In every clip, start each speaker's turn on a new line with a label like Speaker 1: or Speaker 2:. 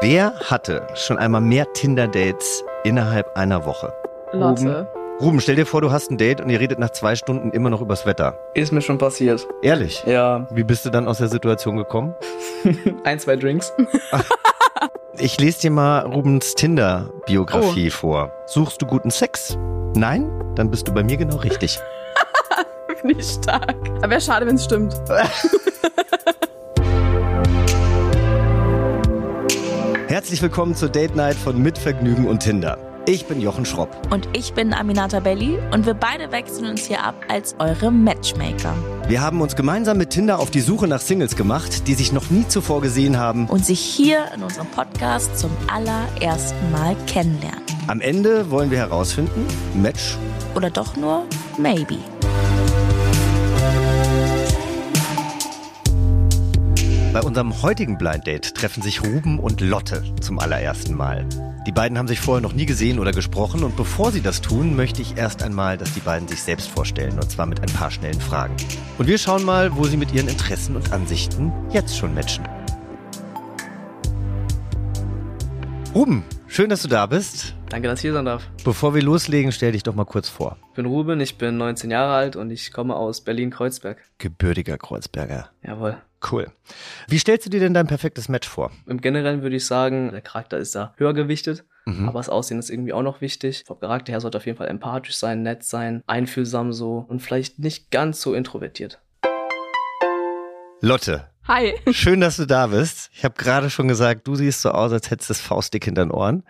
Speaker 1: Wer hatte schon einmal mehr Tinder-Dates innerhalb einer Woche?
Speaker 2: Lotte.
Speaker 1: Ruben, stell dir vor, du hast ein Date und ihr redet nach zwei Stunden immer noch übers Wetter.
Speaker 3: Ist mir schon passiert.
Speaker 1: Ehrlich?
Speaker 3: Ja,
Speaker 1: Wie bist du dann aus der Situation gekommen?
Speaker 3: ein, zwei Drinks.
Speaker 1: Ich lese dir mal Rubens Tinder-Biografie vor. Suchst du guten Sex? Nein? Dann bist du bei mir genau richtig.
Speaker 2: Finde ich stark. Aber wäre schade, wenn es stimmt.
Speaker 1: Herzlich willkommen zur Date Night von Mitvergnügen und Tinder. Ich bin Jochen Schropp.
Speaker 4: Und ich bin Aminata Belli und wir beide wechseln uns hier ab als eure Matchmaker
Speaker 1: Wir haben uns gemeinsam mit Tinder auf die Suche nach Singles gemacht, die sich noch nie zuvor gesehen haben.
Speaker 4: und sich hier in unserem Podcast zum allerersten Mal kennenlernen.
Speaker 1: Am Ende wollen wir herausfinden, Match
Speaker 4: Oder doch nur maybe.
Speaker 1: Bei unserem heutigen Blind Date treffen sich Ruben und Lotte zum allerersten Mal. Die beiden haben sich vorher noch nie gesehen oder gesprochen und bevor sie das tun, möchte ich erst einmal, dass die beiden sich selbst vorstellen und zwar mit ein paar schnellen Fragen. Und wir schauen mal, wo sie mit ihren Interessen und Ansichten jetzt schon matchen. Ruben, schön, dass du da bist.
Speaker 3: Danke, dass ich hier sein darf.
Speaker 1: Bevor wir loslegen, stell dich doch mal kurz vor.
Speaker 3: Ich bin Ruben, ich bin 19 Jahre alt und ich komme aus Berlin-Kreuzberg.
Speaker 1: Gebürtiger Kreuzberger.
Speaker 3: Jawohl.
Speaker 1: Cool. Wie stellst du dir denn dein perfektes Match vor?
Speaker 3: Im Generellen würde ich sagen, der Charakter ist da höher gewichtet, aber das Aussehen ist irgendwie auch noch wichtig. Vom Charakter her sollte auf jeden Fall empathisch sein, nett sein, einfühlsam so und vielleicht nicht ganz so introvertiert.
Speaker 1: Lotte,
Speaker 2: Hi.
Speaker 1: Schön, dass du da bist. Ich habe gerade schon gesagt, du siehst so aus, als hättest du das faustdick hinter den Ohren.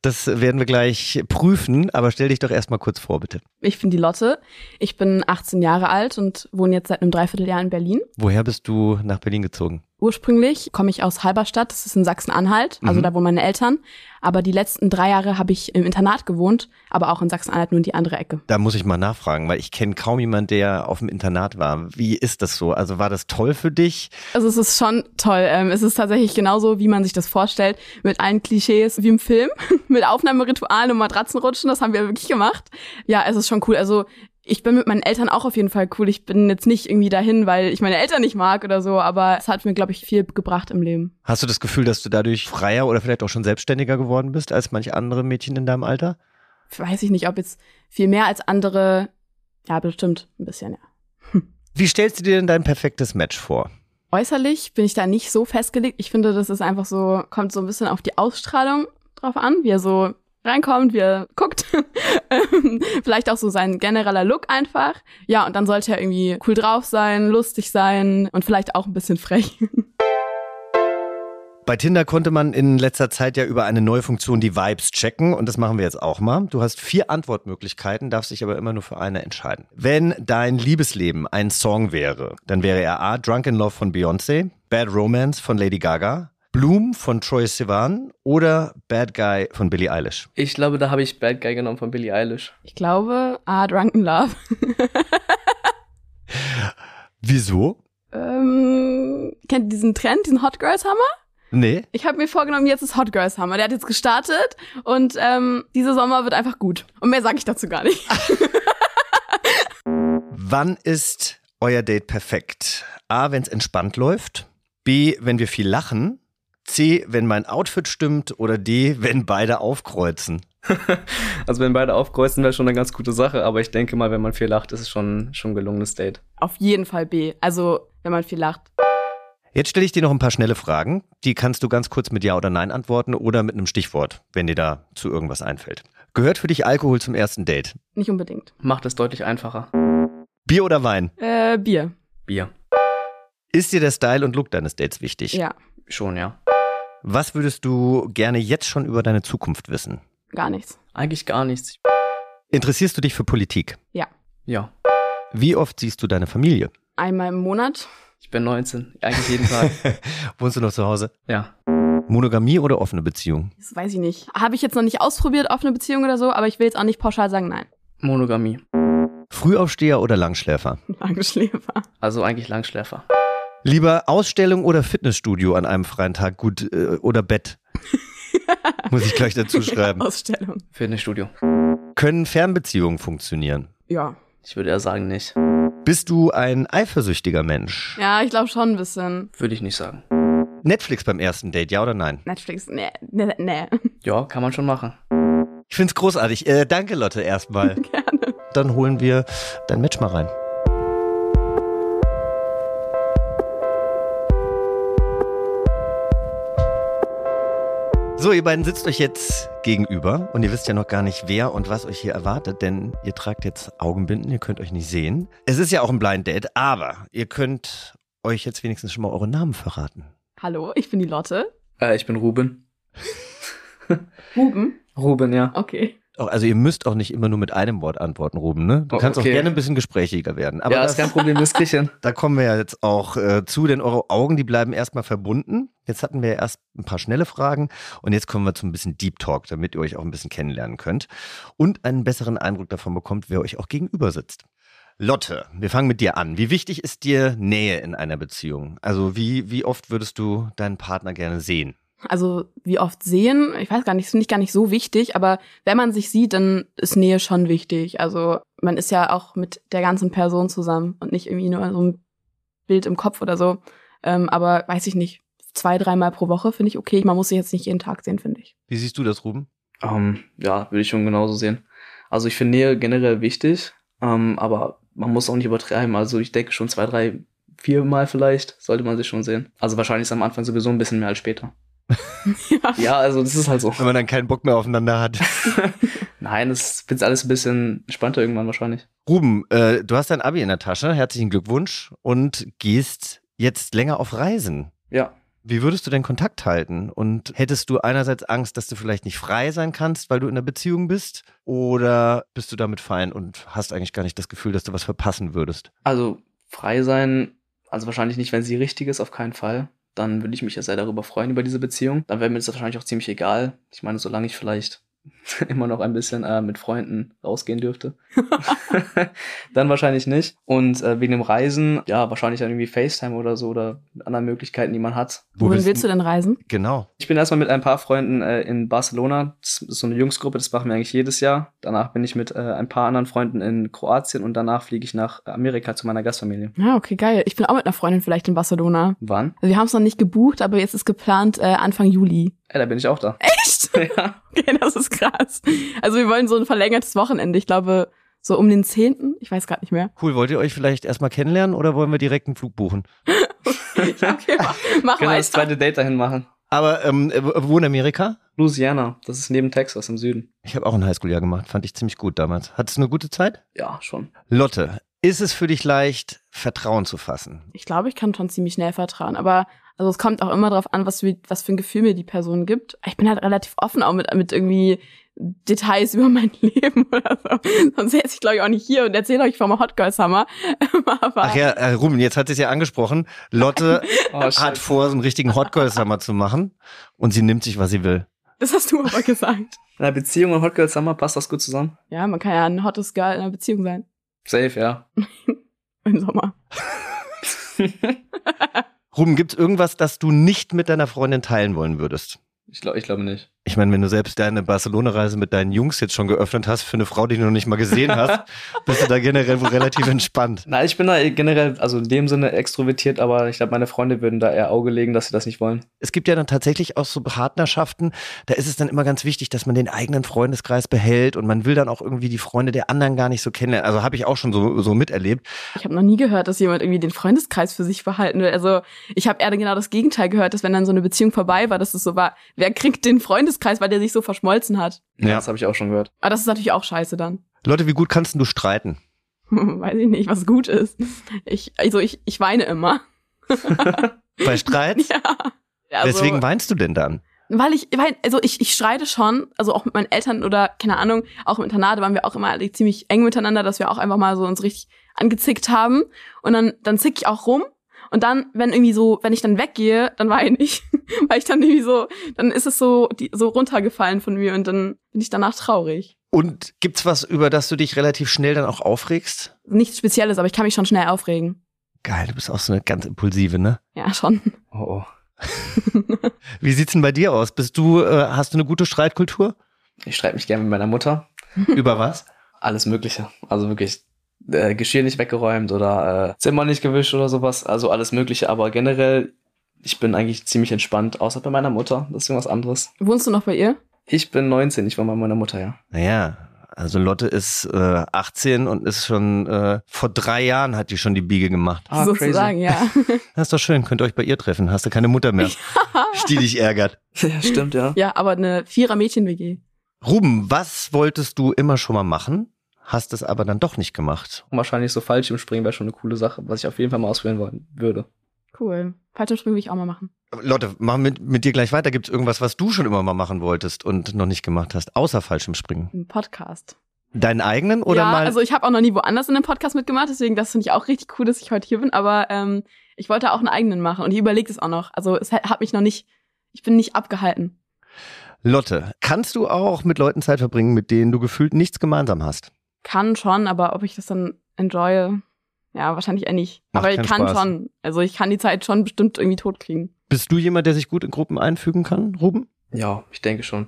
Speaker 1: Das werden wir gleich prüfen, aber stell dich doch erstmal kurz vor, bitte.
Speaker 2: Ich bin die Lotte. Ich bin 18 Jahre alt und wohne jetzt seit einem Dreivierteljahr in Berlin.
Speaker 1: Woher bist du nach Berlin gezogen?
Speaker 2: Ursprünglich komme ich aus Halberstadt, das ist in Sachsen-Anhalt, also
Speaker 1: Mhm.
Speaker 2: da wohnen meine Eltern. Aber die letzten drei Jahre habe ich im Internat gewohnt, aber auch in Sachsen-Anhalt nur in die andere Ecke.
Speaker 1: Da muss ich mal nachfragen, weil ich kenne kaum jemanden, der auf dem Internat war. Wie ist das so? Also war das toll für dich?
Speaker 2: Also es ist schon toll. Ähm, es ist tatsächlich genauso, wie man sich das vorstellt, mit allen Klischees wie im Film, mit Aufnahmeritualen und Matratzenrutschen, das haben wir wirklich gemacht. Ja, es ist schon cool. Also ich bin mit meinen Eltern auch auf jeden Fall cool. Ich bin jetzt nicht irgendwie dahin, weil ich meine Eltern nicht mag oder so, aber es hat mir, glaube ich, viel gebracht im Leben.
Speaker 1: Hast du das Gefühl, dass du dadurch freier oder vielleicht auch schon selbstständiger geworden bist als manche andere Mädchen in deinem Alter?
Speaker 2: Weiß ich nicht, ob jetzt viel mehr als andere. Ja, bestimmt ein bisschen, ja.
Speaker 1: Wie stellst du dir denn dein perfektes Match vor?
Speaker 2: Äußerlich bin ich da nicht so festgelegt. Ich finde, das ist einfach so, kommt so ein bisschen auf die Ausstrahlung drauf an, wie er so reinkommt, wie er guckt. Ähm, Vielleicht auch so sein genereller Look einfach. Ja, und dann sollte er irgendwie cool drauf sein, lustig sein und vielleicht auch ein bisschen frech.
Speaker 1: Bei Tinder konnte man in letzter Zeit ja über eine neue Funktion die Vibes checken und das machen wir jetzt auch mal. Du hast vier Antwortmöglichkeiten, darfst dich aber immer nur für eine entscheiden. Wenn dein Liebesleben ein Song wäre, dann wäre er A. Drunk in Love von Beyoncé, Bad Romance von Lady Gaga, Bloom von Troy Sivan oder Bad Guy von Billie Eilish.
Speaker 3: Ich glaube, da habe ich Bad Guy genommen von Billie Eilish.
Speaker 2: Ich glaube, ah, Drunken Love.
Speaker 1: Wieso?
Speaker 2: Ähm, kennt ihr diesen Trend, diesen Hot Girls Hammer?
Speaker 1: Nee.
Speaker 2: Ich habe mir vorgenommen, jetzt ist Hot Girls Hammer. Der hat jetzt gestartet und ähm, dieser Sommer wird einfach gut. Und mehr sage ich dazu gar nicht.
Speaker 1: Wann ist euer Date perfekt? A, wenn es entspannt läuft. B, wenn wir viel lachen. C, wenn mein Outfit stimmt. Oder D, wenn beide aufkreuzen.
Speaker 3: Also wenn beide aufkreuzen, wäre schon eine ganz gute Sache, aber ich denke mal, wenn man viel lacht, ist es schon, schon ein gelungenes Date.
Speaker 2: Auf jeden Fall B. Also, wenn man viel lacht.
Speaker 1: Jetzt stelle ich dir noch ein paar schnelle Fragen. Die kannst du ganz kurz mit Ja oder Nein antworten oder mit einem Stichwort, wenn dir da zu irgendwas einfällt. Gehört für dich Alkohol zum ersten Date?
Speaker 2: Nicht unbedingt.
Speaker 3: Macht es deutlich einfacher.
Speaker 1: Bier oder Wein?
Speaker 2: Äh, Bier.
Speaker 3: Bier.
Speaker 1: Ist dir der Style und Look deines Dates wichtig?
Speaker 2: Ja,
Speaker 3: Schon, ja.
Speaker 1: Was würdest du gerne jetzt schon über deine Zukunft wissen?
Speaker 2: gar nichts.
Speaker 3: Eigentlich gar nichts.
Speaker 1: Interessierst du dich für Politik?
Speaker 2: Ja.
Speaker 3: Ja.
Speaker 1: Wie oft siehst du deine Familie?
Speaker 2: Einmal im Monat.
Speaker 3: Ich bin 19. Eigentlich jeden Tag.
Speaker 1: Wohnst du noch zu Hause?
Speaker 3: ja.
Speaker 1: Monogamie oder offene Beziehung?
Speaker 2: Das weiß ich nicht. Habe ich jetzt noch nicht ausprobiert, offene Beziehung oder so, aber ich will jetzt auch nicht pauschal sagen, nein.
Speaker 3: Monogamie.
Speaker 1: Frühaufsteher oder Langschläfer?
Speaker 2: Langschläfer.
Speaker 3: Also eigentlich Langschläfer.
Speaker 1: Lieber Ausstellung oder Fitnessstudio an einem freien Tag? Gut, äh, oder Bett? Muss ich gleich dazu schreiben.
Speaker 2: Ausstellung.
Speaker 3: Fitnessstudio.
Speaker 1: Können Fernbeziehungen funktionieren?
Speaker 2: Ja.
Speaker 3: Ich würde eher sagen nicht.
Speaker 1: Bist du ein eifersüchtiger Mensch?
Speaker 2: Ja, ich glaube schon ein bisschen.
Speaker 3: Würde ich nicht sagen.
Speaker 1: Netflix beim ersten Date, ja oder nein?
Speaker 2: Netflix, ne, nee, nee, nee.
Speaker 3: Ja, kann man schon machen.
Speaker 1: Ich find's großartig. Äh, danke, Lotte, erstmal.
Speaker 2: Gerne.
Speaker 1: Dann holen wir dein Match mal rein. So, ihr beiden sitzt euch jetzt gegenüber und ihr wisst ja noch gar nicht, wer und was euch hier erwartet, denn ihr tragt jetzt Augenbinden, ihr könnt euch nicht sehen. Es ist ja auch ein Blind Date, aber ihr könnt euch jetzt wenigstens schon mal euren Namen verraten.
Speaker 2: Hallo, ich bin die Lotte.
Speaker 3: Äh, ich bin Ruben.
Speaker 2: Ruben.
Speaker 3: Ruben, ja.
Speaker 2: Okay.
Speaker 1: Auch, also ihr müsst auch nicht immer nur mit einem Wort antworten, Ruben, ne? Du
Speaker 3: Oh,
Speaker 1: kannst
Speaker 3: okay.
Speaker 1: auch gerne ein bisschen gesprächiger werden. Aber
Speaker 3: ja,
Speaker 1: das,
Speaker 3: ist kein Problem, das krieg ich hin.
Speaker 1: da kommen wir ja jetzt auch äh, zu, denn eure Augen, die bleiben erstmal verbunden. Jetzt hatten wir ja erst ein paar schnelle Fragen und jetzt kommen wir zu ein bisschen Deep Talk, damit ihr euch auch ein bisschen kennenlernen könnt und einen besseren Eindruck davon bekommt, wer euch auch gegenüber sitzt. Lotte, wir fangen mit dir an. Wie wichtig ist dir Nähe in einer Beziehung? Also wie, wie oft würdest du deinen Partner gerne sehen?
Speaker 2: Also wie oft sehen, ich weiß gar nicht, finde ich gar nicht so wichtig, aber wenn man sich sieht, dann ist Nähe schon wichtig. Also man ist ja auch mit der ganzen Person zusammen und nicht irgendwie nur so ein Bild im Kopf oder so. Ähm, aber weiß ich nicht, zwei, dreimal pro Woche finde ich okay. Man muss sich jetzt nicht jeden Tag sehen, finde ich.
Speaker 1: Wie siehst du das, Ruben?
Speaker 3: Ähm, ja, würde ich schon genauso sehen. Also ich finde Nähe generell wichtig, ähm, aber man muss auch nicht übertreiben. Also ich denke schon zwei, drei, vier Mal vielleicht sollte man sich schon sehen. Also wahrscheinlich ist am Anfang sowieso ein bisschen mehr als später. Ja, also das ist halt so.
Speaker 1: Wenn man dann keinen Bock mehr aufeinander hat.
Speaker 3: Nein, das wird alles ein bisschen entspannter irgendwann wahrscheinlich.
Speaker 1: Ruben, äh, du hast dein Abi in der Tasche. Herzlichen Glückwunsch und gehst jetzt länger auf Reisen.
Speaker 3: Ja.
Speaker 1: Wie würdest du denn Kontakt halten? Und hättest du einerseits Angst, dass du vielleicht nicht frei sein kannst, weil du in einer Beziehung bist? Oder bist du damit fein und hast eigentlich gar nicht das Gefühl, dass du was verpassen würdest?
Speaker 3: Also frei sein, also wahrscheinlich nicht, wenn sie richtig ist, auf keinen Fall. Dann würde ich mich ja sehr darüber freuen, über diese Beziehung. Dann wäre mir das wahrscheinlich auch ziemlich egal. Ich meine, solange ich vielleicht immer noch ein bisschen äh, mit Freunden rausgehen dürfte. dann wahrscheinlich nicht. Und äh, wegen dem Reisen, ja, wahrscheinlich dann irgendwie FaceTime oder so oder anderen Möglichkeiten, die man hat.
Speaker 2: Wohin willst du denn reisen?
Speaker 1: Genau.
Speaker 3: Ich bin erstmal mit ein paar Freunden äh, in Barcelona. Das ist so eine Jungsgruppe, das machen wir eigentlich jedes Jahr. Danach bin ich mit äh, ein paar anderen Freunden in Kroatien und danach fliege ich nach Amerika zu meiner Gastfamilie.
Speaker 2: Ja, Ah, okay, geil. Ich bin auch mit einer Freundin vielleicht in Barcelona.
Speaker 3: Wann?
Speaker 2: Also wir haben es noch nicht gebucht, aber jetzt ist geplant äh, Anfang Juli.
Speaker 3: Ey, da bin ich auch da.
Speaker 2: Echt?
Speaker 3: ja.
Speaker 2: Okay, das ist krass. Also wir wollen so ein verlängertes Wochenende. Ich glaube, so um den 10. Ich weiß gerade nicht mehr.
Speaker 1: Cool, wollt ihr euch vielleicht erstmal kennenlernen oder wollen wir direkt einen Flug buchen?
Speaker 2: Okay, mach-
Speaker 1: Genau,
Speaker 2: mach
Speaker 3: Können wir
Speaker 2: weiter.
Speaker 3: das zweite Date dahin machen.
Speaker 1: Aber ähm, äh, wo in Amerika?
Speaker 3: Louisiana, das ist neben Texas im Süden.
Speaker 1: Ich habe auch ein Highschool-Jahr gemacht, fand ich ziemlich gut damals. Hattest du eine gute Zeit?
Speaker 3: Ja, schon.
Speaker 1: Lotte, ist es für dich leicht, Vertrauen zu fassen?
Speaker 2: Ich glaube, ich kann schon ziemlich schnell vertrauen, aber also es kommt auch immer drauf an, was, mir- was für ein Gefühl mir die Person gibt. Ich bin halt relativ offen auch mit, mit irgendwie Details über mein Leben oder so. Sonst säße ich, glaube ich, auch nicht hier und erzähle euch vom Hot Girls Hammer. aber
Speaker 1: Ach ja, äh, Ruben, jetzt hat sie es ja angesprochen. Lotte
Speaker 3: Oh,
Speaker 1: hat
Speaker 3: shit.
Speaker 1: vor, so einen richtigen Hot Girl Summer zu machen und sie nimmt sich, was sie will.
Speaker 2: das hast du aber gesagt.
Speaker 3: in einer Beziehung und Hot Girl Summer passt das gut zusammen?
Speaker 2: Ja, man kann ja ein hottes Girl in einer Beziehung sein.
Speaker 3: Safe, ja.
Speaker 2: Im Sommer.
Speaker 1: Ruben, gibt's irgendwas, das du nicht mit deiner Freundin teilen wollen würdest?
Speaker 3: ich glaube ich glaube nicht.
Speaker 1: Ich meine, wenn du selbst deine Barcelona-Reise mit deinen Jungs jetzt schon geöffnet hast, für eine Frau, die du noch nicht mal gesehen hast, bist du da generell wohl relativ entspannt.
Speaker 3: Nein, ich bin da generell, also in dem Sinne extrovertiert, aber ich glaube, meine Freunde würden da eher Auge legen, dass sie das nicht wollen.
Speaker 1: Es gibt ja dann tatsächlich auch so Partnerschaften, da ist es dann immer ganz wichtig, dass man den eigenen Freundeskreis behält und man will dann auch irgendwie die Freunde der anderen gar nicht so kennenlernen. Also habe ich auch schon so, so miterlebt.
Speaker 2: Ich habe noch nie gehört, dass jemand irgendwie den Freundeskreis für sich behalten will. Also ich habe eher genau das Gegenteil gehört, dass wenn dann so eine Beziehung vorbei war, dass es so war, wer kriegt den Freundeskreis, weil der sich so verschmolzen hat.
Speaker 1: Ja.
Speaker 3: Das habe ich auch schon gehört.
Speaker 2: Aber das ist natürlich auch scheiße dann.
Speaker 1: Leute, wie gut kannst denn du streiten?
Speaker 2: Weiß ich nicht, was gut ist. Ich, also ich, ich weine immer.
Speaker 1: Bei Streit?
Speaker 2: ja. Also,
Speaker 1: Weswegen weinst du denn dann?
Speaker 2: Weil ich, weil, also ich, ich streite schon, also auch mit meinen Eltern oder keine Ahnung, auch im Internat waren wir auch immer alle ziemlich eng miteinander, dass wir auch einfach mal so uns richtig angezickt haben. Und dann, dann zick ich auch rum. Und dann, wenn irgendwie so, wenn ich dann weggehe, dann weine ich. Weil ich dann irgendwie so, dann ist es so, die, so runtergefallen von mir und dann bin ich danach traurig.
Speaker 1: Und gibt's was, über das du dich relativ schnell dann auch aufregst?
Speaker 2: Nichts Spezielles, aber ich kann mich schon schnell aufregen.
Speaker 1: Geil, du bist auch so eine ganz impulsive, ne?
Speaker 2: Ja, schon.
Speaker 3: Oh, oh.
Speaker 1: Wie sieht's denn bei dir aus? Bist du, äh, hast du eine gute Streitkultur?
Speaker 3: Ich streite mich gerne mit meiner Mutter.
Speaker 1: Über was?
Speaker 3: Alles Mögliche. Also wirklich äh, Geschirr nicht weggeräumt oder äh, Zimmer nicht gewischt oder sowas. Also alles Mögliche. Aber generell Ich bin eigentlich ziemlich entspannt, außer bei meiner Mutter. Das ist irgendwas anderes.
Speaker 2: Wohnst du noch bei ihr?
Speaker 3: Ich bin 19, ich war bei meiner Mutter, ja.
Speaker 1: Naja, also Lotte ist äh, 18 und ist schon äh, vor drei Jahren hat die schon die Biege gemacht.
Speaker 3: Ah,
Speaker 2: Sozusagen, ja.
Speaker 1: Das ist doch schön, könnt ihr euch bei ihr treffen. Hast du keine Mutter mehr, die dich ärgert.
Speaker 3: crazy. Ja, stimmt, ja.
Speaker 2: Ja, aber eine Vierer-Mädchen-WG.
Speaker 1: Ruben, was wolltest du immer schon mal machen? Hast es aber dann doch nicht gemacht.
Speaker 3: Wahrscheinlich so Fallschirmspringen wäre schon eine coole Sache, was ich auf jeden Fall mal ausprobieren wollen würde.
Speaker 2: Cool. Fallschirmspringen will ich auch mal machen.
Speaker 1: Lotte, machen wir mit, mit dir gleich weiter. Gibt es irgendwas, was du schon immer mal machen wolltest und noch nicht gemacht hast, außer Fallschirmspringen?
Speaker 2: Ein Podcast.
Speaker 1: Deinen eigenen oder
Speaker 2: ja,
Speaker 1: mal?
Speaker 2: also ich habe auch noch nie woanders in einem Podcast mitgemacht, deswegen das finde ich auch richtig cool, dass ich heute hier bin. Aber ähm, ich wollte auch einen eigenen machen und ich überlege es auch noch. Also es hat hat mich noch nicht, ich bin nicht abgehalten.
Speaker 1: Lotte, kannst du auch mit Leuten Zeit verbringen, mit denen du gefühlt nichts gemeinsam hast?
Speaker 2: Kann schon, aber ob ich das dann enjoye, ja, wahrscheinlich eher nicht.
Speaker 1: Macht
Speaker 2: aber ich
Speaker 1: keinen
Speaker 2: kann
Speaker 1: Spaß.
Speaker 2: schon. Also ich kann die Zeit schon bestimmt irgendwie tot kriegen.
Speaker 1: Bist du jemand, der sich gut in Gruppen einfügen kann, Ruben?
Speaker 3: Ja, ich denke schon.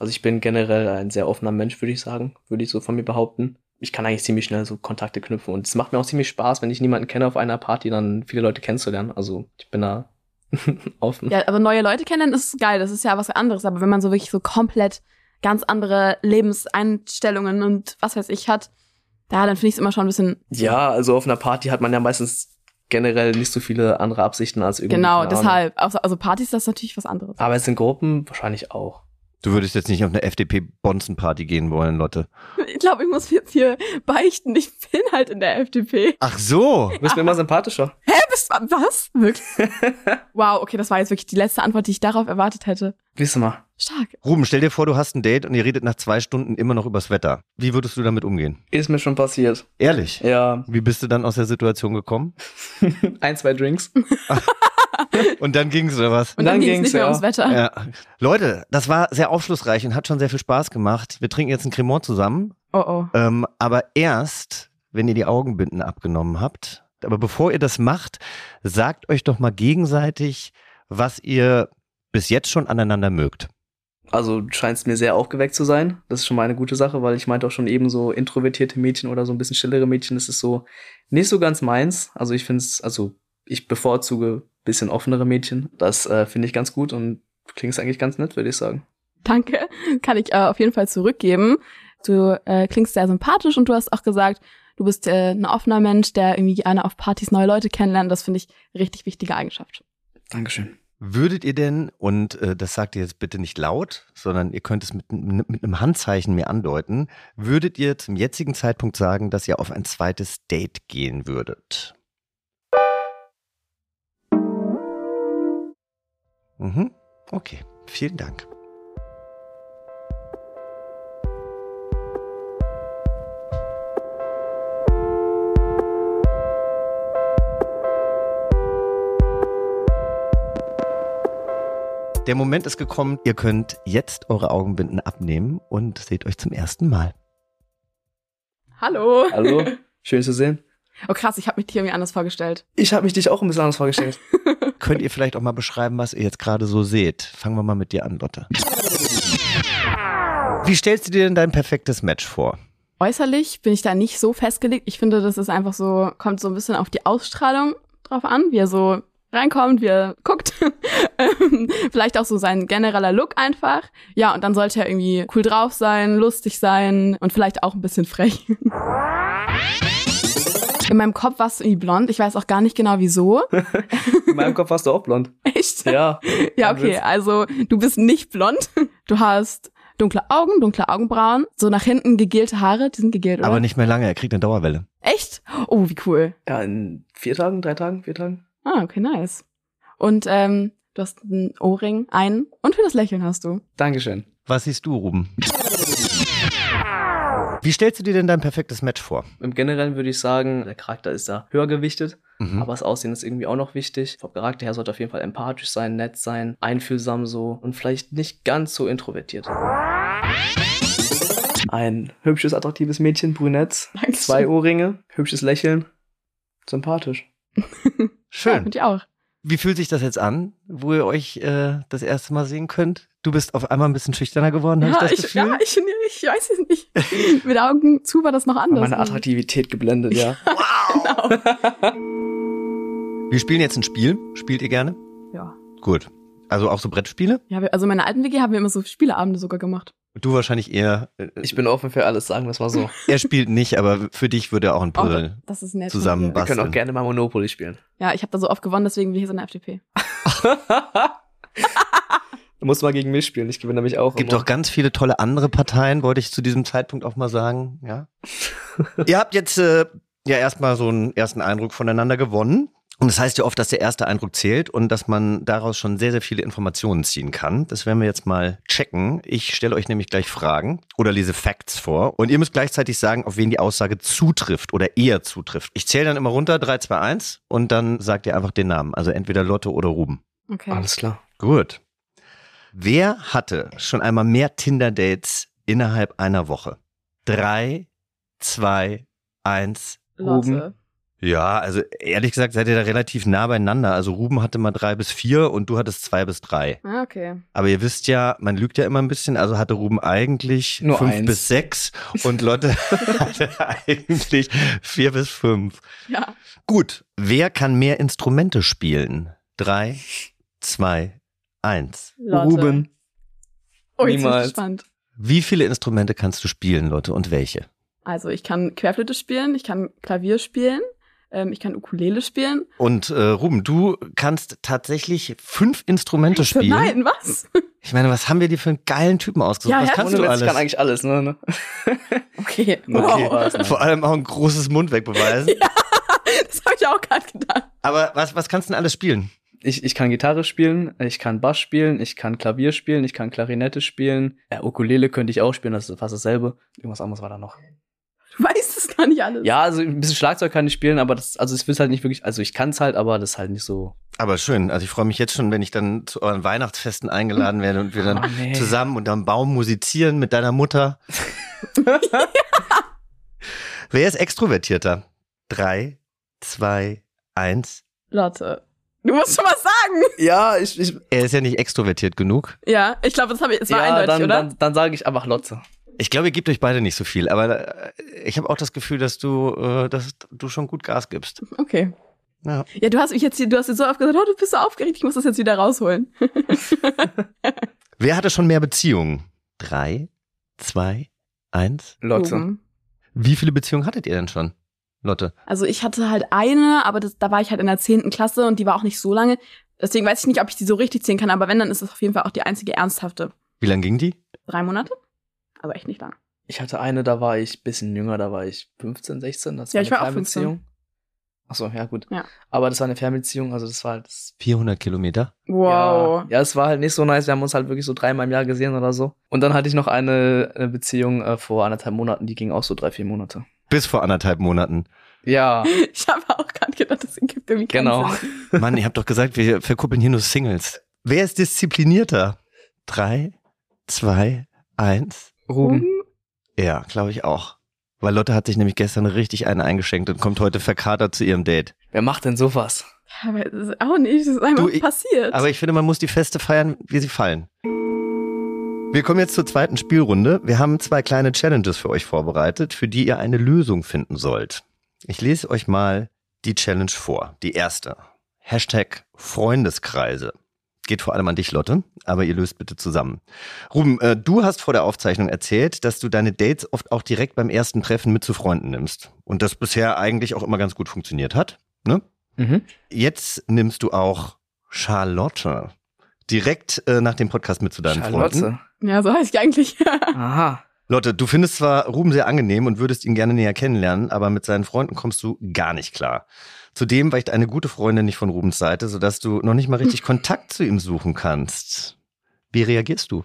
Speaker 3: Also ich bin generell ein sehr offener Mensch, würde ich sagen, würde ich so von mir behaupten. Ich kann eigentlich ziemlich schnell so Kontakte knüpfen und es macht mir auch ziemlich Spaß, wenn ich niemanden kenne auf einer Party, dann viele Leute kennenzulernen. Also ich bin da offen.
Speaker 2: Ja, aber neue Leute kennenlernen ist geil, das ist ja was anderes. Aber wenn man so wirklich so komplett ganz andere Lebenseinstellungen und was weiß ich hat, ja, dann finde ich es immer schon ein bisschen
Speaker 3: Ja, also auf einer Party hat man ja meistens generell nicht so viele andere Absichten als irgendwie.
Speaker 2: Genau,
Speaker 3: keine Ahnung.
Speaker 2: deshalb. Also, also Partys, das ist natürlich was anderes.
Speaker 3: Aber es sind Gruppen wahrscheinlich auch.
Speaker 1: Du würdest jetzt nicht auf eine FDP-Bonzenparty gehen wollen, Lotte.
Speaker 2: Ich glaube, ich muss jetzt hier beichten. Ich bin halt in der FDP.
Speaker 1: Ach so.
Speaker 2: Ah.
Speaker 3: Du bist mir immer sympathischer.
Speaker 2: Hä, bist, was? Wirklich? wow, okay, das war jetzt wirklich die letzte Antwort, die ich darauf erwartet hätte.
Speaker 3: Wisst ihr mal,
Speaker 2: Stark.
Speaker 1: Ruben, stell dir vor, du hast ein Date und ihr redet nach zwei Stunden immer noch übers Wetter. Wie würdest du damit umgehen?
Speaker 3: ist mir schon passiert.
Speaker 1: Ehrlich.
Speaker 3: Ja,
Speaker 1: Wie bist du dann aus der Situation gekommen?
Speaker 3: ein, zwei Drinks.
Speaker 1: Und dann ging's oder was?
Speaker 2: Und
Speaker 3: Dann
Speaker 2: dann, ging es
Speaker 3: ging's,
Speaker 2: nicht mehr
Speaker 3: ja.
Speaker 2: ums Wetter.
Speaker 1: Ja. Leute, das war sehr aufschlussreich und hat schon sehr viel Spaß gemacht. Wir trinken jetzt ein Cremant zusammen,
Speaker 2: Oh oh.
Speaker 1: ähm, aber erst, wenn ihr die Augenbinden abgenommen habt. Aber bevor ihr das macht, sagt euch doch mal gegenseitig, was ihr bis jetzt schon aneinander mögt.
Speaker 3: Also du scheinst mir sehr aufgeweckt zu sein. Das ist schon mal eine gute Sache, weil ich meinte auch schon eben so introvertierte Mädchen oder so ein bisschen stillere Mädchen, das ist so nicht so ganz meins. Also ich finde es, also ich bevorzuge bisschen offenere Mädchen. Das äh, finde ich ganz gut und klingt eigentlich ganz nett, würde ich sagen.
Speaker 2: Danke. Kann ich äh, auf jeden Fall zurückgeben. Du äh, klingst sehr sympathisch und du hast auch gesagt, du bist äh, ein offener Mensch, der irgendwie gerne auf Partys neue Leute kennenlernt. Das finde ich richtig wichtige Eigenschaft.
Speaker 3: Dankeschön.
Speaker 1: Würdet ihr denn, und äh, das sagt ihr jetzt bitte nicht laut, sondern ihr könnt es mit, n- mit einem Handzeichen mir andeuten, würdet ihr zum jetzigen Zeitpunkt sagen, dass ihr auf ein zweites Date gehen würdet? Mhm. Okay, vielen Dank. Der Moment ist gekommen, ihr könnt jetzt eure Augenbinden abnehmen und seht euch zum ersten Mal.
Speaker 2: Hallo.
Speaker 3: Hallo, schön zu sehen.
Speaker 2: Oh krass, ich habe mich dir irgendwie anders vorgestellt.
Speaker 3: Ich habe mich dich auch ein bisschen anders vorgestellt.
Speaker 1: Könnt ihr vielleicht auch mal beschreiben, was ihr jetzt gerade so seht? Fangen wir mal mit dir an, Lotte. Wie stellst du dir denn dein perfektes Match vor?
Speaker 2: Äußerlich bin ich da nicht so festgelegt. Ich finde, das ist einfach so, kommt so ein bisschen auf die Ausstrahlung drauf an, wie er so reinkommt, wie er guckt. Ähm, Vielleicht auch so sein genereller Look einfach. Ja, und dann sollte er irgendwie cool drauf sein, lustig sein und vielleicht auch ein bisschen frech. In meinem Kopf warst du irgendwie blond. Ich weiß auch gar nicht genau wieso.
Speaker 3: In meinem Kopf warst du auch blond.
Speaker 2: Echt?
Speaker 3: Ja.
Speaker 2: Ja, okay, also du bist nicht blond. Du hast dunkle Augen, dunkle Augenbrauen, so nach hinten gegelte Haare. Die sind gegelt, oder?
Speaker 1: Aber nicht mehr lange, er kriegt eine Dauerwelle.
Speaker 2: Echt? Oh, wie cool.
Speaker 3: Ja, in vier Tagen, drei Tagen, vier Tagen.
Speaker 2: Ah, okay, nice. Und ähm, du hast einen Ohrring, einen und für das Lächeln hast du.
Speaker 3: Dankeschön.
Speaker 1: Was siehst du, Ruben? Wie stellst du dir denn dein perfektes Match vor?
Speaker 3: Im Generellen würde ich sagen, der Charakter ist da höher gewichtet.
Speaker 1: Mhm.
Speaker 3: Aber das Aussehen ist irgendwie auch noch wichtig. Vom Charakter her sollte auf jeden Fall empathisch sein, nett sein, einfühlsam so und vielleicht nicht ganz so introvertiert. Ein hübsches, attraktives Mädchen, brünett,
Speaker 2: Dankeschön.
Speaker 3: zwei Ohrringe, hübsches Lächeln, sympathisch.
Speaker 2: Ja,
Speaker 1: Schön.
Speaker 2: finde ich auch.
Speaker 1: Wie fühlt sich das jetzt an, wo ihr euch äh, das erste Mal sehen könnt? Du bist auf einmal ein bisschen schüchterner geworden, habe
Speaker 2: ja,
Speaker 1: ich das Gefühl?
Speaker 2: ja, ich, ich weiß es nicht. Mit Augen zu war das noch anders.
Speaker 3: Meine Attraktivität geblendet, ja.
Speaker 1: Wir spielen jetzt ein Spiel. Spielt ihr gerne?
Speaker 2: ja.
Speaker 1: Gut. Also auch so Brettspiele?
Speaker 2: ja. wir- Also in meiner alten WG haben wir immer so Spieleabende sogar gemacht.
Speaker 1: Du wahrscheinlich eher, äh,
Speaker 3: Ich bin offen für alles, sagen wir es mal so.
Speaker 1: er spielt nicht, aber für dich würde auch ein
Speaker 2: Oh,
Speaker 1: Puzzle.
Speaker 2: das ist nett. von
Speaker 1: Zusammen
Speaker 2: dir.
Speaker 3: Wir können
Speaker 1: Basteln.
Speaker 3: auch gerne mal Monopoly spielen.
Speaker 2: Ja, ich habe da so oft gewonnen, deswegen bin ich jetzt in der FDP.
Speaker 3: du musst mal gegen mich spielen, ich gewinne nämlich auch.
Speaker 1: Gibt
Speaker 3: immer.
Speaker 1: doch ganz viele tolle andere Parteien, wollte ich zu diesem Zeitpunkt auch mal sagen, ja. Ihr habt jetzt äh, ja erstmal so einen ersten Eindruck voneinander gewonnen. Und das heißt ja oft, dass der erste Eindruck zählt und dass man daraus schon sehr, sehr viele Informationen ziehen kann. Das werden wir jetzt mal checken. Ich stelle euch nämlich gleich Fragen oder lese Facts vor. Und ihr müsst gleichzeitig sagen, auf wen die Aussage zutrifft oder eher zutrifft. Ich zähle dann immer runter, 3, 2, 1 und dann sagt ihr einfach den Namen. Also entweder Lotte oder Ruben.
Speaker 2: Okay.
Speaker 3: Alles klar.
Speaker 1: Gut. Wer hatte schon einmal mehr Tinder-Dates innerhalb einer Woche? Drei, zwei, eins.
Speaker 2: Lotte.
Speaker 3: Ruben.
Speaker 1: Ja, also ehrlich gesagt seid ihr da relativ nah beieinander. Also Ruben hatte mal drei bis vier und du hattest zwei bis drei.
Speaker 2: Ah, okay.
Speaker 1: Aber ihr wisst ja, man lügt ja immer ein bisschen. Also hatte Ruben eigentlich
Speaker 3: Nur
Speaker 1: fünf
Speaker 3: eins.
Speaker 1: bis sechs und Lotte hatte eigentlich vier bis fünf.
Speaker 2: Ja.
Speaker 1: Gut. Wer kann mehr Instrumente spielen? Drei, zwei, eins.
Speaker 2: Lotte.
Speaker 3: Ruben.
Speaker 2: Oh, jetzt bin ich
Speaker 3: Niemals.
Speaker 2: gespannt.
Speaker 1: Wie viele Instrumente kannst du spielen, Lotte, und welche?
Speaker 2: Also ich kann Querflöte spielen, ich kann Klavier spielen, ähm, ich kann Ukulele spielen.
Speaker 1: Und äh, Ruben, du kannst tatsächlich fünf Instrumente spielen.
Speaker 2: Nein, was?
Speaker 1: Ich meine, was haben wir dir für einen geilen Typen ausgesucht?
Speaker 2: Ja,
Speaker 1: was
Speaker 2: ja.
Speaker 1: kannst
Speaker 3: Ohne
Speaker 1: du
Speaker 3: Witz,
Speaker 1: alles?
Speaker 3: Ich kann eigentlich alles, ne? ne?
Speaker 2: Okay.
Speaker 1: Okay.
Speaker 2: Wow.
Speaker 1: Vor allem auch ein großes Mundwerk beweisen.
Speaker 2: Das habe ich auch gerade gedacht.
Speaker 1: Aber was, was kannst du denn alles spielen?
Speaker 3: Ich, ich kann Gitarre spielen, ich kann Bass spielen, ich kann Klavier spielen, ich kann Klarinette spielen. Ja, Ukulele könnte ich auch spielen, das ist fast dasselbe. Irgendwas anderes war da noch.
Speaker 2: Du weißt es gar nicht alles.
Speaker 3: Ja, also ein bisschen Schlagzeug kann ich spielen, aber das, also ich will halt nicht wirklich, also ich kann es halt, aber das ist halt nicht so.
Speaker 1: Aber schön, also ich freue mich jetzt schon, wenn ich dann zu euren Weihnachtsfesten eingeladen werde und wir dann
Speaker 3: Oh, nee.
Speaker 1: zusammen unterm Baum musizieren mit deiner Mutter. Wer ist extrovertierter? Drei, zwei, eins.
Speaker 2: Lotte. Du musst schon was sagen.
Speaker 3: Ja, ich, ich
Speaker 1: Er ist ja nicht extrovertiert genug.
Speaker 2: Ja, ich glaube, das habe ich. Es war
Speaker 3: ja,
Speaker 2: eindeutig,
Speaker 3: dann,
Speaker 2: oder?
Speaker 3: dann, dann sage ich einfach Lotze.
Speaker 1: Ich glaube, ihr gebt euch beide nicht so viel, aber äh, ich habe auch das Gefühl, dass du, äh, dass du schon gut Gas gibst.
Speaker 2: Okay.
Speaker 1: Ja.
Speaker 2: Ja, du hast mich jetzt hier, du hast jetzt so oft gesagt, oh, du bist so aufgeregt, ich muss das jetzt wieder rausholen.
Speaker 1: Wer hatte schon mehr Beziehungen? Drei, zwei, eins.
Speaker 2: Ruben.
Speaker 1: Wie viele Beziehungen hattet ihr denn schon, Lotte?
Speaker 2: Also ich hatte halt eine, aber das, da war ich halt in der zehnten Klasse und die war auch nicht so lange. Deswegen weiß ich nicht, ob ich die so richtig zählen kann, aber wenn, dann ist das auf jeden Fall auch die einzige ernsthafte.
Speaker 1: Wie lang ging die?
Speaker 2: Drei Monate? Also echt nicht lang.
Speaker 3: Ich hatte eine, da war ich bisschen jünger, da war ich 15, 16. Das
Speaker 2: Ja,
Speaker 3: war
Speaker 2: ich
Speaker 3: eine
Speaker 2: war auch
Speaker 3: Fernbeziehung. Achso, ja, gut.
Speaker 2: Ja.
Speaker 3: Aber das war eine Fernbeziehung, also das war halt. Das
Speaker 1: 400 Kilometer.
Speaker 2: Wow.
Speaker 3: Ja, ja, es war halt nicht so nice. Wir haben uns halt wirklich so dreimal im Jahr gesehen oder so. Und dann hatte ich noch eine, eine Beziehung äh, vor anderthalb Monaten, die ging auch so drei, vier Monate.
Speaker 1: Bis vor anderthalb Monaten.
Speaker 3: Ja,
Speaker 2: Ich habe auch gerade gedacht, das ergibt irgendwie keinen
Speaker 3: genau.
Speaker 2: Sinn.
Speaker 1: Mann, ihr habt doch gesagt, wir verkuppeln hier nur Singles. Wer ist disziplinierter? Drei, zwei, eins.
Speaker 3: Ruben.
Speaker 1: Ja, glaube ich auch. Weil Lotte hat sich nämlich gestern richtig einen eingeschenkt und kommt heute verkatert zu ihrem Date.
Speaker 3: Wer macht denn sowas?
Speaker 2: Ja, aber das ist auch nicht, das ist einfach
Speaker 1: Du, ich-
Speaker 2: passiert.
Speaker 1: Aber ich finde, man muss die Feste feiern, wie sie fallen. Wir kommen jetzt zur zweiten Spielrunde. Wir haben zwei kleine Challenges für euch vorbereitet, für die ihr eine Lösung finden sollt. Ich lese euch mal die Challenge vor. Die erste. Hashtag Freundeskreise. Geht vor allem an dich, Lotte, aber ihr löst bitte zusammen. Ruben, äh, du hast vor der Aufzeichnung erzählt, dass du deine Dates oft auch direkt beim ersten Treffen mit zu Freunden nimmst. Und das bisher eigentlich auch immer ganz gut funktioniert hat. Ne?
Speaker 3: Mhm.
Speaker 1: Jetzt nimmst du auch Charlotte direkt äh, nach dem Podcast mit zu deinen Freunden.
Speaker 3: Charlotte.
Speaker 2: ja, so heißt ich eigentlich.
Speaker 3: Aha.
Speaker 1: Lotte, du findest zwar Ruben sehr angenehm und würdest ihn gerne näher kennenlernen, aber mit seinen Freunden kommst du gar nicht klar. Zudem weicht eine gute Freundin nicht von Rubens Seite, sodass du noch nicht mal richtig Kontakt zu ihm suchen kannst. Wie reagierst du?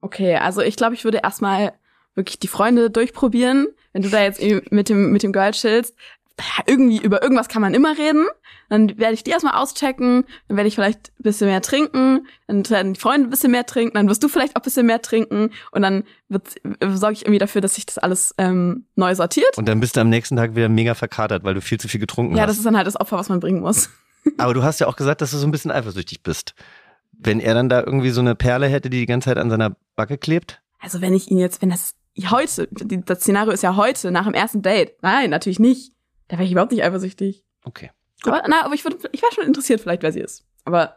Speaker 2: okay, also ich glaube, ich würde erstmal wirklich die Freunde durchprobieren. Wenn du da jetzt irgendwie mit dem, mit dem Girl chillst, ja, irgendwie über irgendwas kann man immer reden. Dann werde ich die erstmal auschecken, dann werde ich vielleicht ein bisschen mehr trinken, dann werden die Freunde ein bisschen mehr trinken, dann wirst du vielleicht auch ein bisschen mehr trinken und dann wird- äh, sorge ich irgendwie dafür, dass sich das alles ähm, neu sortiert.
Speaker 1: Und dann bist du am nächsten Tag wieder mega verkatert, weil du viel zu viel getrunken
Speaker 2: Ja, das
Speaker 1: hast.
Speaker 2: ist dann halt das Opfer, was man bringen muss.
Speaker 1: Aber du hast ja auch gesagt, dass du so ein bisschen eifersüchtig bist. Wenn er dann da irgendwie so eine Perle hätte, die die ganze Zeit an seiner Backe klebt,
Speaker 2: Also wenn ich ihn jetzt, wenn das heute, die, das Szenario ist ja heute, nach dem ersten Date. Nein, natürlich nicht. Da wäre ich überhaupt nicht eifersüchtig.
Speaker 1: okay.
Speaker 2: Aber, na, aber ich, würd- ich wäre schon interessiert, vielleicht, wer sie ist. Aber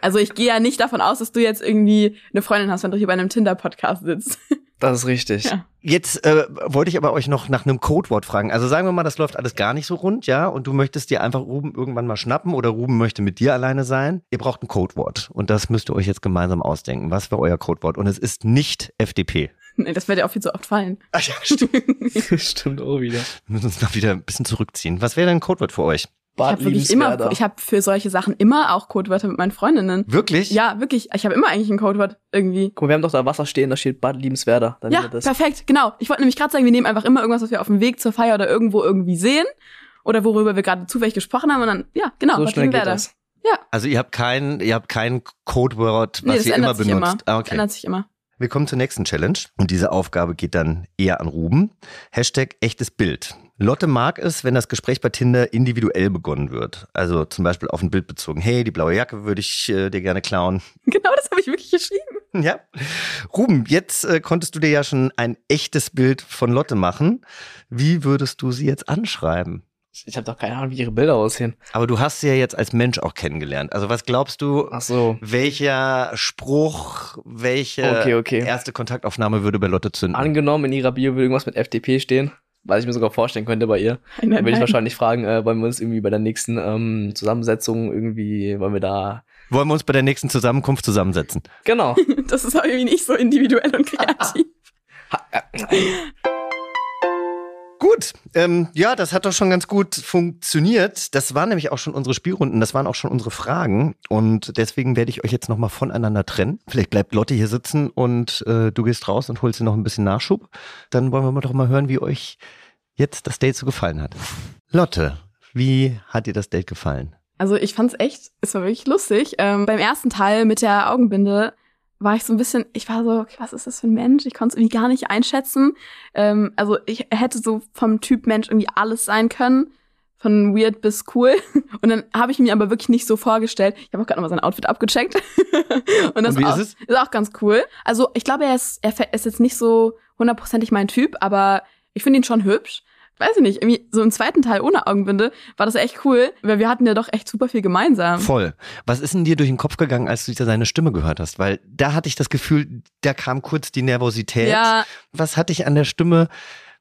Speaker 2: Also ich gehe ja nicht davon aus, dass du jetzt irgendwie eine Freundin hast, wenn du hier bei einem Tinder-Podcast sitzt.
Speaker 3: Das ist richtig.
Speaker 2: Ja.
Speaker 1: Jetzt äh, wollte ich aber euch noch nach einem Codewort fragen. Also sagen wir mal, das läuft alles gar nicht so rund, ja? Und du möchtest dir einfach Ruben irgendwann mal schnappen oder Ruben möchte mit dir alleine sein. Ihr braucht ein Codewort. Und das müsst ihr euch jetzt gemeinsam ausdenken. Was wäre euer Codewort? Und es ist nicht FDP.
Speaker 2: Nee, das wird dir auch viel zu oft fallen.
Speaker 1: Ach ja, stimmt.
Speaker 3: Stimmt auch wieder.
Speaker 1: Wir müssen uns noch wieder ein bisschen zurückziehen. Was wäre denn ein Codewort für euch?
Speaker 2: Ich habe wirklich immer,
Speaker 3: liebenswerter.
Speaker 2: ich habe für solche Sachen immer auch Codewörter mit meinen Freundinnen.
Speaker 1: Wirklich?
Speaker 2: Ja, wirklich. Ich habe immer eigentlich ein Codewort irgendwie.
Speaker 3: Guck mal, wir haben doch da Wasser stehen, da steht Bad Liebenswerder. Dann
Speaker 2: Ja,
Speaker 3: wird das.
Speaker 2: perfekt, genau. Ich wollte nämlich gerade sagen, wir nehmen einfach immer irgendwas, was wir auf dem Weg zur Feier oder irgendwo irgendwie sehen oder worüber wir gerade zufällig gesprochen haben und dann, ja, genau,
Speaker 3: so
Speaker 2: Bad
Speaker 3: schnell geht
Speaker 2: Liebenwerda.
Speaker 3: das.
Speaker 1: Also ihr habt kein, ihr habt kein Codewort,
Speaker 2: Nee,
Speaker 1: was
Speaker 2: das
Speaker 1: ihr immer
Speaker 2: ändert sich
Speaker 1: benutzt.
Speaker 2: immer.
Speaker 1: Ah,
Speaker 2: Das
Speaker 1: okay.
Speaker 2: ändert sich immer.
Speaker 1: Wir kommen zur nächsten Challenge und diese Aufgabe geht dann eher an Ruben. Hashtag echtes Bild. Lotte mag es, wenn das Gespräch bei Tinder individuell begonnen wird. Also zum Beispiel auf ein Bild bezogen. Hey, die blaue Jacke würde ich äh, dir gerne klauen.
Speaker 2: Genau, das habe ich wirklich geschrieben.
Speaker 1: ja. Ruben, jetzt äh, konntest du dir ja schon ein echtes Bild von Lotte machen. Wie würdest du sie jetzt anschreiben?
Speaker 3: Ich habe doch keine Ahnung, wie ihre Bilder aussehen.
Speaker 1: Aber du hast sie ja jetzt als Mensch auch kennengelernt. Also was glaubst du,
Speaker 3: Ach so.
Speaker 1: welcher Spruch, welche
Speaker 3: Okay, okay.
Speaker 1: erste Kontaktaufnahme würde bei Lotte
Speaker 3: Mhm.
Speaker 1: zünden?
Speaker 3: Angenommen, in ihrer Bio würde irgendwas mit FDP stehen, was ich mir sogar vorstellen könnte bei ihr.
Speaker 2: Nein,
Speaker 3: Dann
Speaker 2: nein,
Speaker 3: würde ich
Speaker 2: nein.
Speaker 3: wahrscheinlich fragen, äh, wollen wir uns irgendwie bei der nächsten ähm, Zusammensetzung irgendwie, wollen wir da.
Speaker 1: Wollen wir uns bei der nächsten Zusammenkunft zusammensetzen?
Speaker 3: Genau.
Speaker 2: Das ist auch irgendwie nicht so individuell und kreativ.
Speaker 1: Gut, ähm, ja, das hat doch schon ganz gut funktioniert. Das waren nämlich auch schon unsere Spielrunden, das waren auch schon unsere Fragen und deswegen werde ich euch jetzt nochmal voneinander trennen. Vielleicht bleibt Lotte hier sitzen und äh, du gehst raus und holst dir noch ein bisschen Nachschub. Dann wollen wir mal doch mal hören, wie euch jetzt das Date so gefallen hat. Lotte, wie hat dir das Date gefallen?
Speaker 2: Also ich fand's echt, es war wirklich lustig. Ähm, beim ersten Teil mit der Augenbinde war ich so ein bisschen, ich war so, okay, was ist das für ein Mensch? Ich konnte es irgendwie gar nicht einschätzen. Ähm, also ich er hätte so vom Typ Mensch irgendwie alles sein können, von weird bis cool. Und dann habe ich mir aber wirklich nicht so vorgestellt. Ich habe auch gerade nochmal sein Outfit abgecheckt. Und das
Speaker 1: Und wie
Speaker 2: auch,
Speaker 1: ist es?
Speaker 2: ist auch ganz cool. Also ich glaube, er ist, er fä- ist jetzt nicht so hundertprozentig mein Typ, aber ich finde ihn schon hübsch. Weiß ich nicht, irgendwie so im zweiten Teil ohne Augenbinde war das echt cool, weil wir hatten ja doch echt super viel gemeinsam.
Speaker 1: Voll. Was ist denn dir durch den Kopf gegangen, als du da seine Stimme gehört hast? Weil da hatte ich das Gefühl, da kam kurz die Nervosität.
Speaker 2: ja,
Speaker 1: Was hat dich an der Stimme,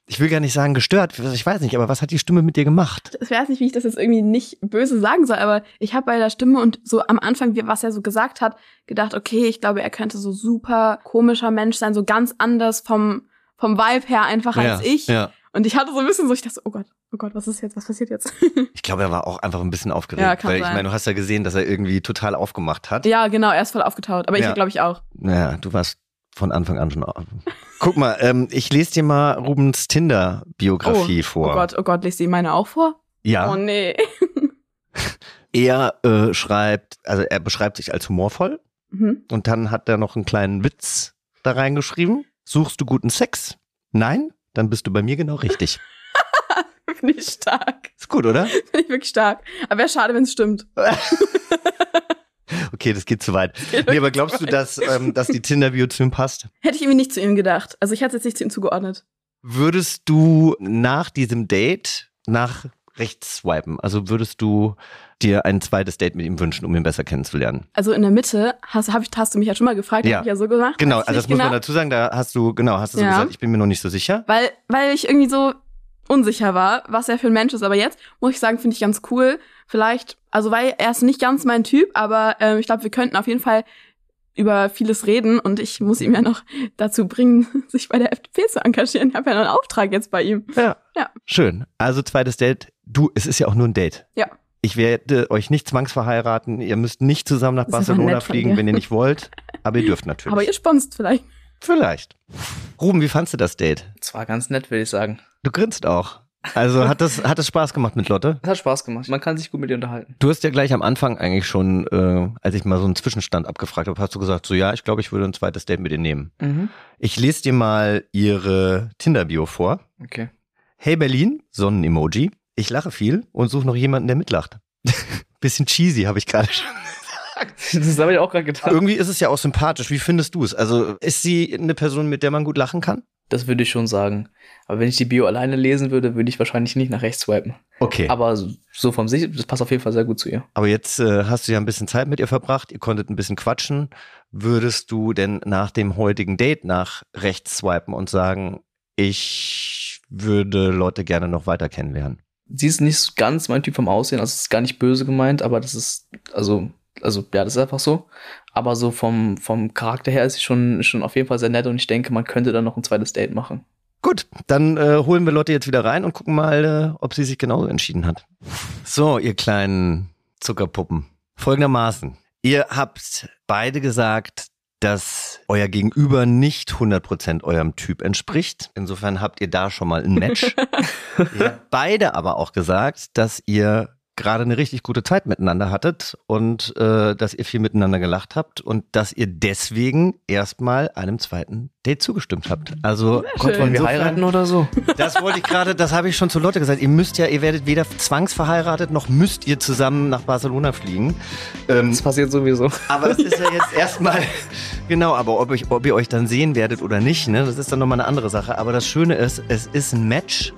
Speaker 1: ich will gar nicht sagen gestört, ich weiß nicht, aber was hat die Stimme mit dir gemacht?
Speaker 2: ich weiß nicht, wie ich das jetzt irgendwie nicht böse sagen soll, aber ich habe bei der Stimme und so am Anfang, wie- was er so gesagt hat, gedacht, okay, ich glaube, er könnte so super komischer Mensch sein, so ganz anders vom, vom Vibe her einfach
Speaker 1: ja,
Speaker 2: als ich.
Speaker 1: Ja.
Speaker 2: Und ich hatte so ein bisschen so, ich dachte, so, oh Gott, oh Gott, was ist jetzt, was passiert jetzt?
Speaker 1: Ich glaube, er war auch einfach ein bisschen aufgeregt,
Speaker 2: Hm. Ja, kann
Speaker 1: weil ich
Speaker 2: sein.
Speaker 1: meine, du hast ja gesehen, dass er irgendwie total aufgemacht hat.
Speaker 2: ja, genau, er ist voll aufgetaut, aber
Speaker 1: Ja.
Speaker 2: ich glaube ich auch.
Speaker 1: Naja, du warst von Anfang an schon auf. Guck mal, ähm, ich lese dir mal Rubens Tinder-Biografie vor.
Speaker 2: Oh Gott, oh Gott, lest sie meine auch vor?
Speaker 1: Ja,
Speaker 2: Oh nee.
Speaker 1: er äh, schreibt, also er beschreibt sich als humorvoll.
Speaker 2: Mhm.
Speaker 1: Und dann hat er noch einen kleinen Witz da reingeschrieben. Suchst du guten Sex? Nein? Dann bist du bei mir genau richtig.
Speaker 2: Finde ich stark.
Speaker 1: Ist gut, oder?
Speaker 2: Finde ich wirklich stark. Aber wäre schade, wenn es stimmt.
Speaker 1: Okay, das geht zu weit. Nee, aber glaubst du, dass, ähm, dass die Tinder-Bio zu ihm passt?
Speaker 2: Hätte ich irgendwie nicht zu ihm gedacht. Also ich hatte es jetzt nicht zu ihm zugeordnet.
Speaker 1: Würdest du nach diesem Date nach rechts swipen? Also würdest du dir ein zweites Date mit ihm wünschen, um ihn besser kennenzulernen?
Speaker 2: Also in der Mitte hast, hab ich, hast du mich ja schon mal gefragt,
Speaker 1: Ja.
Speaker 2: hab ich ja so gemacht.
Speaker 1: Genau,
Speaker 2: Weiß ich
Speaker 1: also das
Speaker 2: nicht
Speaker 1: muss man
Speaker 2: genau.
Speaker 1: dazu sagen, da hast du, genau, hast du so
Speaker 2: Ja.
Speaker 1: gesagt, ich bin mir noch nicht so sicher.
Speaker 2: weil, weil ich irgendwie so unsicher war, was er für ein Mensch ist. Aber jetzt muss ich sagen, finde ich ganz cool. Vielleicht, also weil er ist nicht ganz mein Typ, aber ähm, ich glaube, wir könnten auf jeden Fall über vieles reden und ich muss ihm ja noch dazu bringen, sich bei der FDP zu engagieren. Ich habe ja noch einen Auftrag jetzt bei ihm.
Speaker 1: Ja.
Speaker 2: Ja.
Speaker 1: Schön. Also zweites Date. Du, es ist ja auch nur ein Date.
Speaker 2: Ja.
Speaker 1: Ich werde euch nicht zwangsverheiraten. Ihr müsst nicht zusammen nach
Speaker 2: Das ist aber
Speaker 1: Barcelona
Speaker 2: nett von
Speaker 1: fliegen,
Speaker 2: dir.
Speaker 1: wenn ihr nicht wollt. Aber ihr dürft natürlich.
Speaker 2: Aber ihr sponst vielleicht.
Speaker 1: Vielleicht. Ruben, wie fandst du das Date?
Speaker 3: Das war ganz nett, würde ich sagen.
Speaker 1: Du grinst auch. Also hat das, hat das Spaß gemacht mit Lotte?
Speaker 3: Es hat Spaß gemacht. Man kann sich gut mit ihr unterhalten.
Speaker 1: Du hast ja gleich am Anfang eigentlich schon, äh, als ich mal so einen Zwischenstand abgefragt habe, hast du gesagt, so ja, ich glaube, ich würde ein zweites Date mit ihr nehmen.
Speaker 3: Mhm.
Speaker 1: Ich lese dir mal ihre Tinder-Bio vor.
Speaker 3: Okay.
Speaker 1: Hey Berlin, Sonnen-Emoji. Ich lache viel und suche noch jemanden, der mitlacht. Bisschen cheesy, habe ich gerade schon.
Speaker 3: Das habe ich auch gerade getan.
Speaker 1: Irgendwie ist es ja auch sympathisch. Wie findest du es? Also ist sie eine Person, mit der man gut lachen kann?
Speaker 3: Das würde ich schon sagen. Aber wenn ich die Bio alleine lesen würde, würde ich wahrscheinlich nicht nach rechts swipen.
Speaker 1: Okay.
Speaker 3: Aber so- so vom Sicht, das passt auf jeden Fall sehr gut zu ihr.
Speaker 1: Aber jetzt äh, hast du ja ein bisschen Zeit mit ihr verbracht, ihr konntet ein bisschen quatschen. Würdest du denn nach dem heutigen Date nach rechts swipen und sagen, ich würde Leute gerne noch weiter kennenlernen?
Speaker 3: Sie ist nicht ganz mein Typ vom Aussehen, also es ist gar nicht böse gemeint, aber das ist, also, also, ja, das ist einfach so. Aber so vom, vom Charakter her ist sie schon, schon auf jeden Fall sehr nett und ich denke, man könnte dann noch ein zweites Date machen.
Speaker 1: Gut, dann äh, holen wir Lotte jetzt wieder rein und gucken mal, äh, ob sie sich genauso entschieden hat. So, ihr kleinen Zuckerpuppen. Folgendermaßen. Ihr habt beide gesagt, dass euer Gegenüber nicht 100% eurem Typ entspricht. Insofern habt ihr da schon mal ein Match. ihr habt beide aber auch gesagt, dass ihr gerade eine richtig gute Zeit miteinander hattet und äh, dass ihr viel miteinander gelacht habt und dass ihr deswegen erstmal einem zweiten Date zugestimmt habt. Also
Speaker 2: schön.
Speaker 1: konnten
Speaker 2: Wollen
Speaker 1: wir
Speaker 3: oder so?
Speaker 1: das wollte ich gerade, das habe ich schon zu Lotte gesagt. Ihr müsst ja, ihr werdet weder zwangsverheiratet, noch müsst ihr zusammen nach Barcelona fliegen. Ähm,
Speaker 3: Das passiert sowieso.
Speaker 1: aber das ist ja jetzt erstmal, genau, aber ob, ich, ob ihr euch dann sehen werdet oder nicht, ne, das ist dann nochmal eine andere Sache. Aber das Schöne ist, es ist ein Match.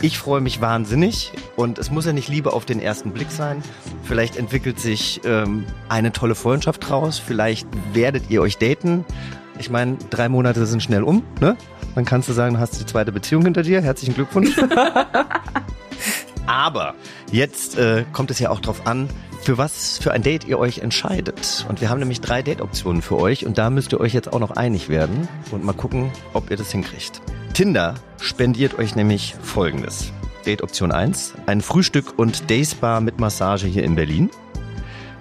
Speaker 1: Ich freue mich wahnsinnig und es muss ja nicht Liebe auf den ersten Blick sein. Vielleicht entwickelt sich ähm, eine tolle Freundschaft draus. Vielleicht werdet ihr euch daten. Ich meine, drei Monate sind schnell um, ne? Dann kannst du sagen, du hast die zweite Beziehung hinter dir. Herzlichen Glückwunsch. Aber jetzt äh, kommt es ja auch drauf an, für was für ein Date ihr euch entscheidet. Und wir haben nämlich drei Date-Optionen für euch und da müsst ihr euch jetzt auch noch einig werden und mal gucken, ob ihr das hinkriegt. Tinder spendiert euch nämlich folgendes. Date-Option 1, ein Frühstück und Day-Spa mit Massage hier in Berlin.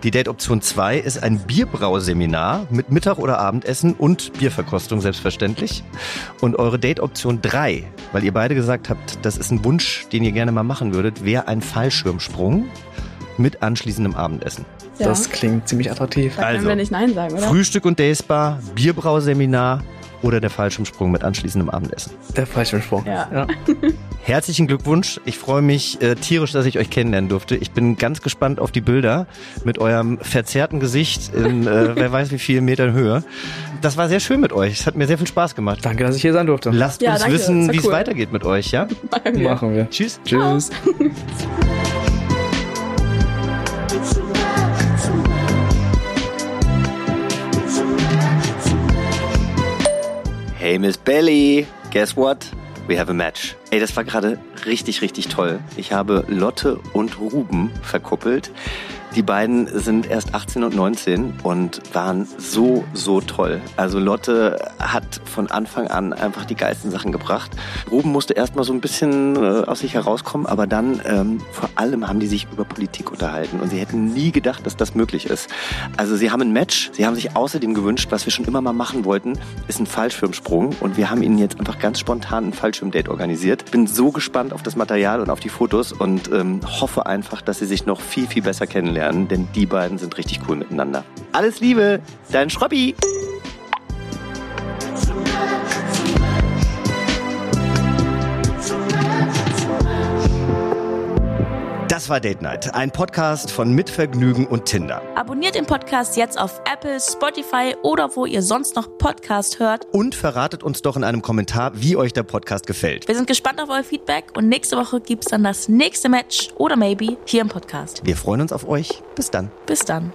Speaker 1: Die Date-Option 2 ist ein Bierbrauseminar mit Mittag- oder Abendessen und Bierverkostung selbstverständlich. Und eure Date-Option 3, weil ihr beide gesagt habt, das ist ein Wunsch, den ihr gerne mal machen würdet, wäre ein Fallschirmsprung mit anschließendem Abendessen.
Speaker 2: Ja.
Speaker 3: Das klingt ziemlich attraktiv.
Speaker 2: da
Speaker 1: also,
Speaker 2: können wir nicht Nein sagen, oder?
Speaker 1: Frühstück und Dayspa, Bierbrauseminar oder der Fallschirmsprung mit anschließendem Abendessen.
Speaker 3: Der Fallschirmsprung.
Speaker 2: Ja.
Speaker 1: Herzlichen Glückwunsch. Ich freue mich äh, tierisch, dass ich euch kennenlernen durfte. Ich bin ganz gespannt auf die Bilder mit eurem verzerrten Gesicht in äh, wer weiß wie vielen Metern Höhe. Das war sehr schön mit euch. Es hat mir sehr viel Spaß gemacht.
Speaker 3: Danke, dass ich hier sein durfte.
Speaker 1: Lasst
Speaker 2: Ja,
Speaker 1: uns
Speaker 2: danke.
Speaker 1: wissen,
Speaker 2: Sehr
Speaker 1: wie es
Speaker 2: cool.
Speaker 1: weitergeht mit euch, ja?
Speaker 3: Machen wir.
Speaker 1: Tschüss.
Speaker 3: Tschüss.
Speaker 1: Hey Miss Belly, guess what? We have a match. Ey, das war gerade richtig, richtig toll. Ich habe Lotte und Ruben verkuppelt. Die beiden sind erst 18 und 19 und waren so, so toll. Also Lotte hat von Anfang an einfach die geilsten Sachen gebracht. Ruben musste erstmal so ein bisschen äh, aus sich herauskommen, aber dann ähm, vor allem haben die sich über Politik unterhalten und sie hätten nie gedacht, dass das möglich ist. Also sie haben ein Match, sie haben sich außerdem gewünscht, was wir schon immer mal machen wollten, ist ein Fallschirmsprung und wir haben ihnen jetzt einfach ganz spontan ein Fallschirmdate organisiert. Bin so gespannt auf das Material und auf die Fotos und ähm, hoffe einfach, dass sie sich noch viel, viel besser kennenlernen, denn die beiden sind richtig cool miteinander. Alles Liebe, dein Schrobbi! Das war Date Night, ein Podcast von Mitvergnügen und Tinder.
Speaker 4: Abonniert den Podcast jetzt auf Apple, Spotify oder wo ihr sonst noch Podcast hört.
Speaker 1: Und verratet uns doch in einem Kommentar, wie euch der Podcast gefällt.
Speaker 4: Wir sind gespannt auf euer Feedback und nächste Woche gibt's dann das nächste Match oder maybe hier im Podcast.
Speaker 1: Wir freuen uns auf euch. Bis dann.
Speaker 4: Bis dann.